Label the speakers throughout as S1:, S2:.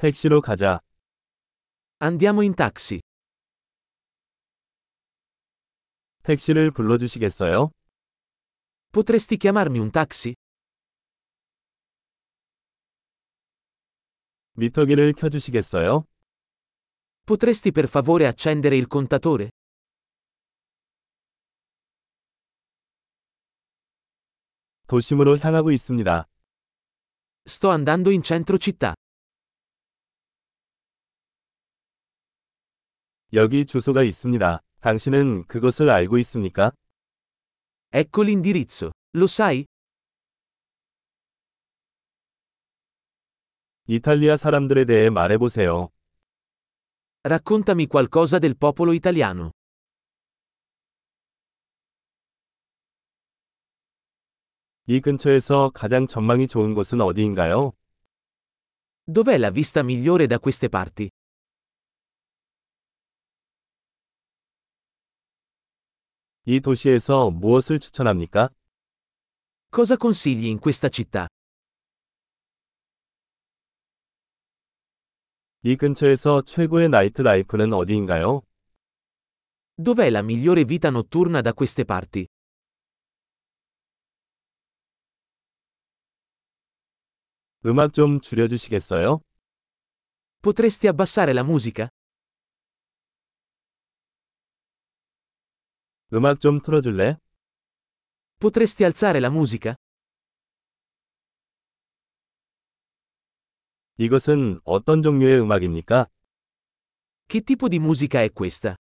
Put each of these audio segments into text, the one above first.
S1: 택시로 가자.
S2: Andiamo in taxi.
S1: 택시를 불러주시겠어요?
S2: Potresti chiamarmi un taxi?
S1: 미터기를 켜주시겠어요?
S2: Potresti per favore accendere il contatore?
S1: 도심으로 향하고 있습니다.
S2: Sto andando in centro città.
S1: 여기 주소가 있습니다. 당신은 그것을 알고 있습니까?
S2: Ecco l'indirizzo. Lo sai?
S1: 이탈리아 사람들에 대해 말해보세요.
S2: Raccontami qualcosa del popolo italiano.
S1: 이 근처에서 가장 전망이 좋은 곳은 어디인가요?
S2: Dov'è la vista migliore da queste parti?
S1: 이 도시에서 무엇을 추천합니까?
S2: Cosa consigli in questa città?
S1: 이 근처에서 최고의 나이트 라이프는 어디인가요?
S2: Dov'è la migliore vita notturna da queste parti?
S1: 음악 좀 줄여주시겠어요?
S2: Potresti abbassare la musica?
S1: 음악 좀 틀어줄래?
S2: Potresti alzare la musica?
S1: 이것은 어떤 종류의 음악입니까?
S2: Che tipo di musica è questa?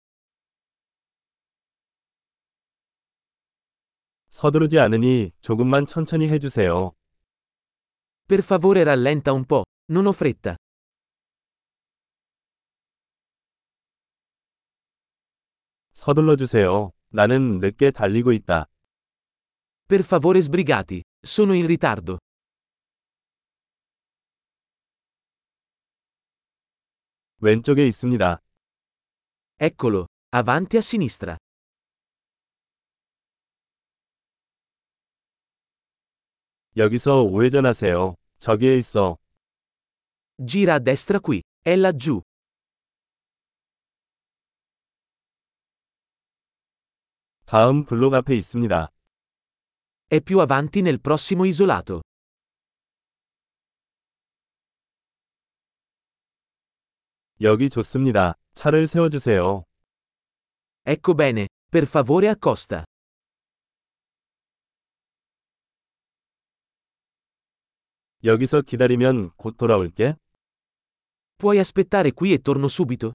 S1: 서두르지 않으니 조금만 천천히 해주세요.
S2: Per favore rallenta un po', non ho fretta.
S1: 서둘러 주세요. 나는 늦게 달리고 있다.
S2: Per favore sbrigati, sono in ritardo.
S1: 왼쪽에 있습니다.
S2: Eccolo, avanti a sinistra.
S1: 여기서 우회전하세요. 저기에 있어.
S2: Gira a destra qui, è laggiù.
S1: 다음 블록 앞에 있습니다.
S2: È più avanti nel prossimo isolato.
S1: 여기 좋습니다. 차를 세워주세요.
S2: Ecco bene, per favore accosta.
S1: 여기서 기다리면 곧 돌아올게.
S2: Puoi aspettare qui e torno subito?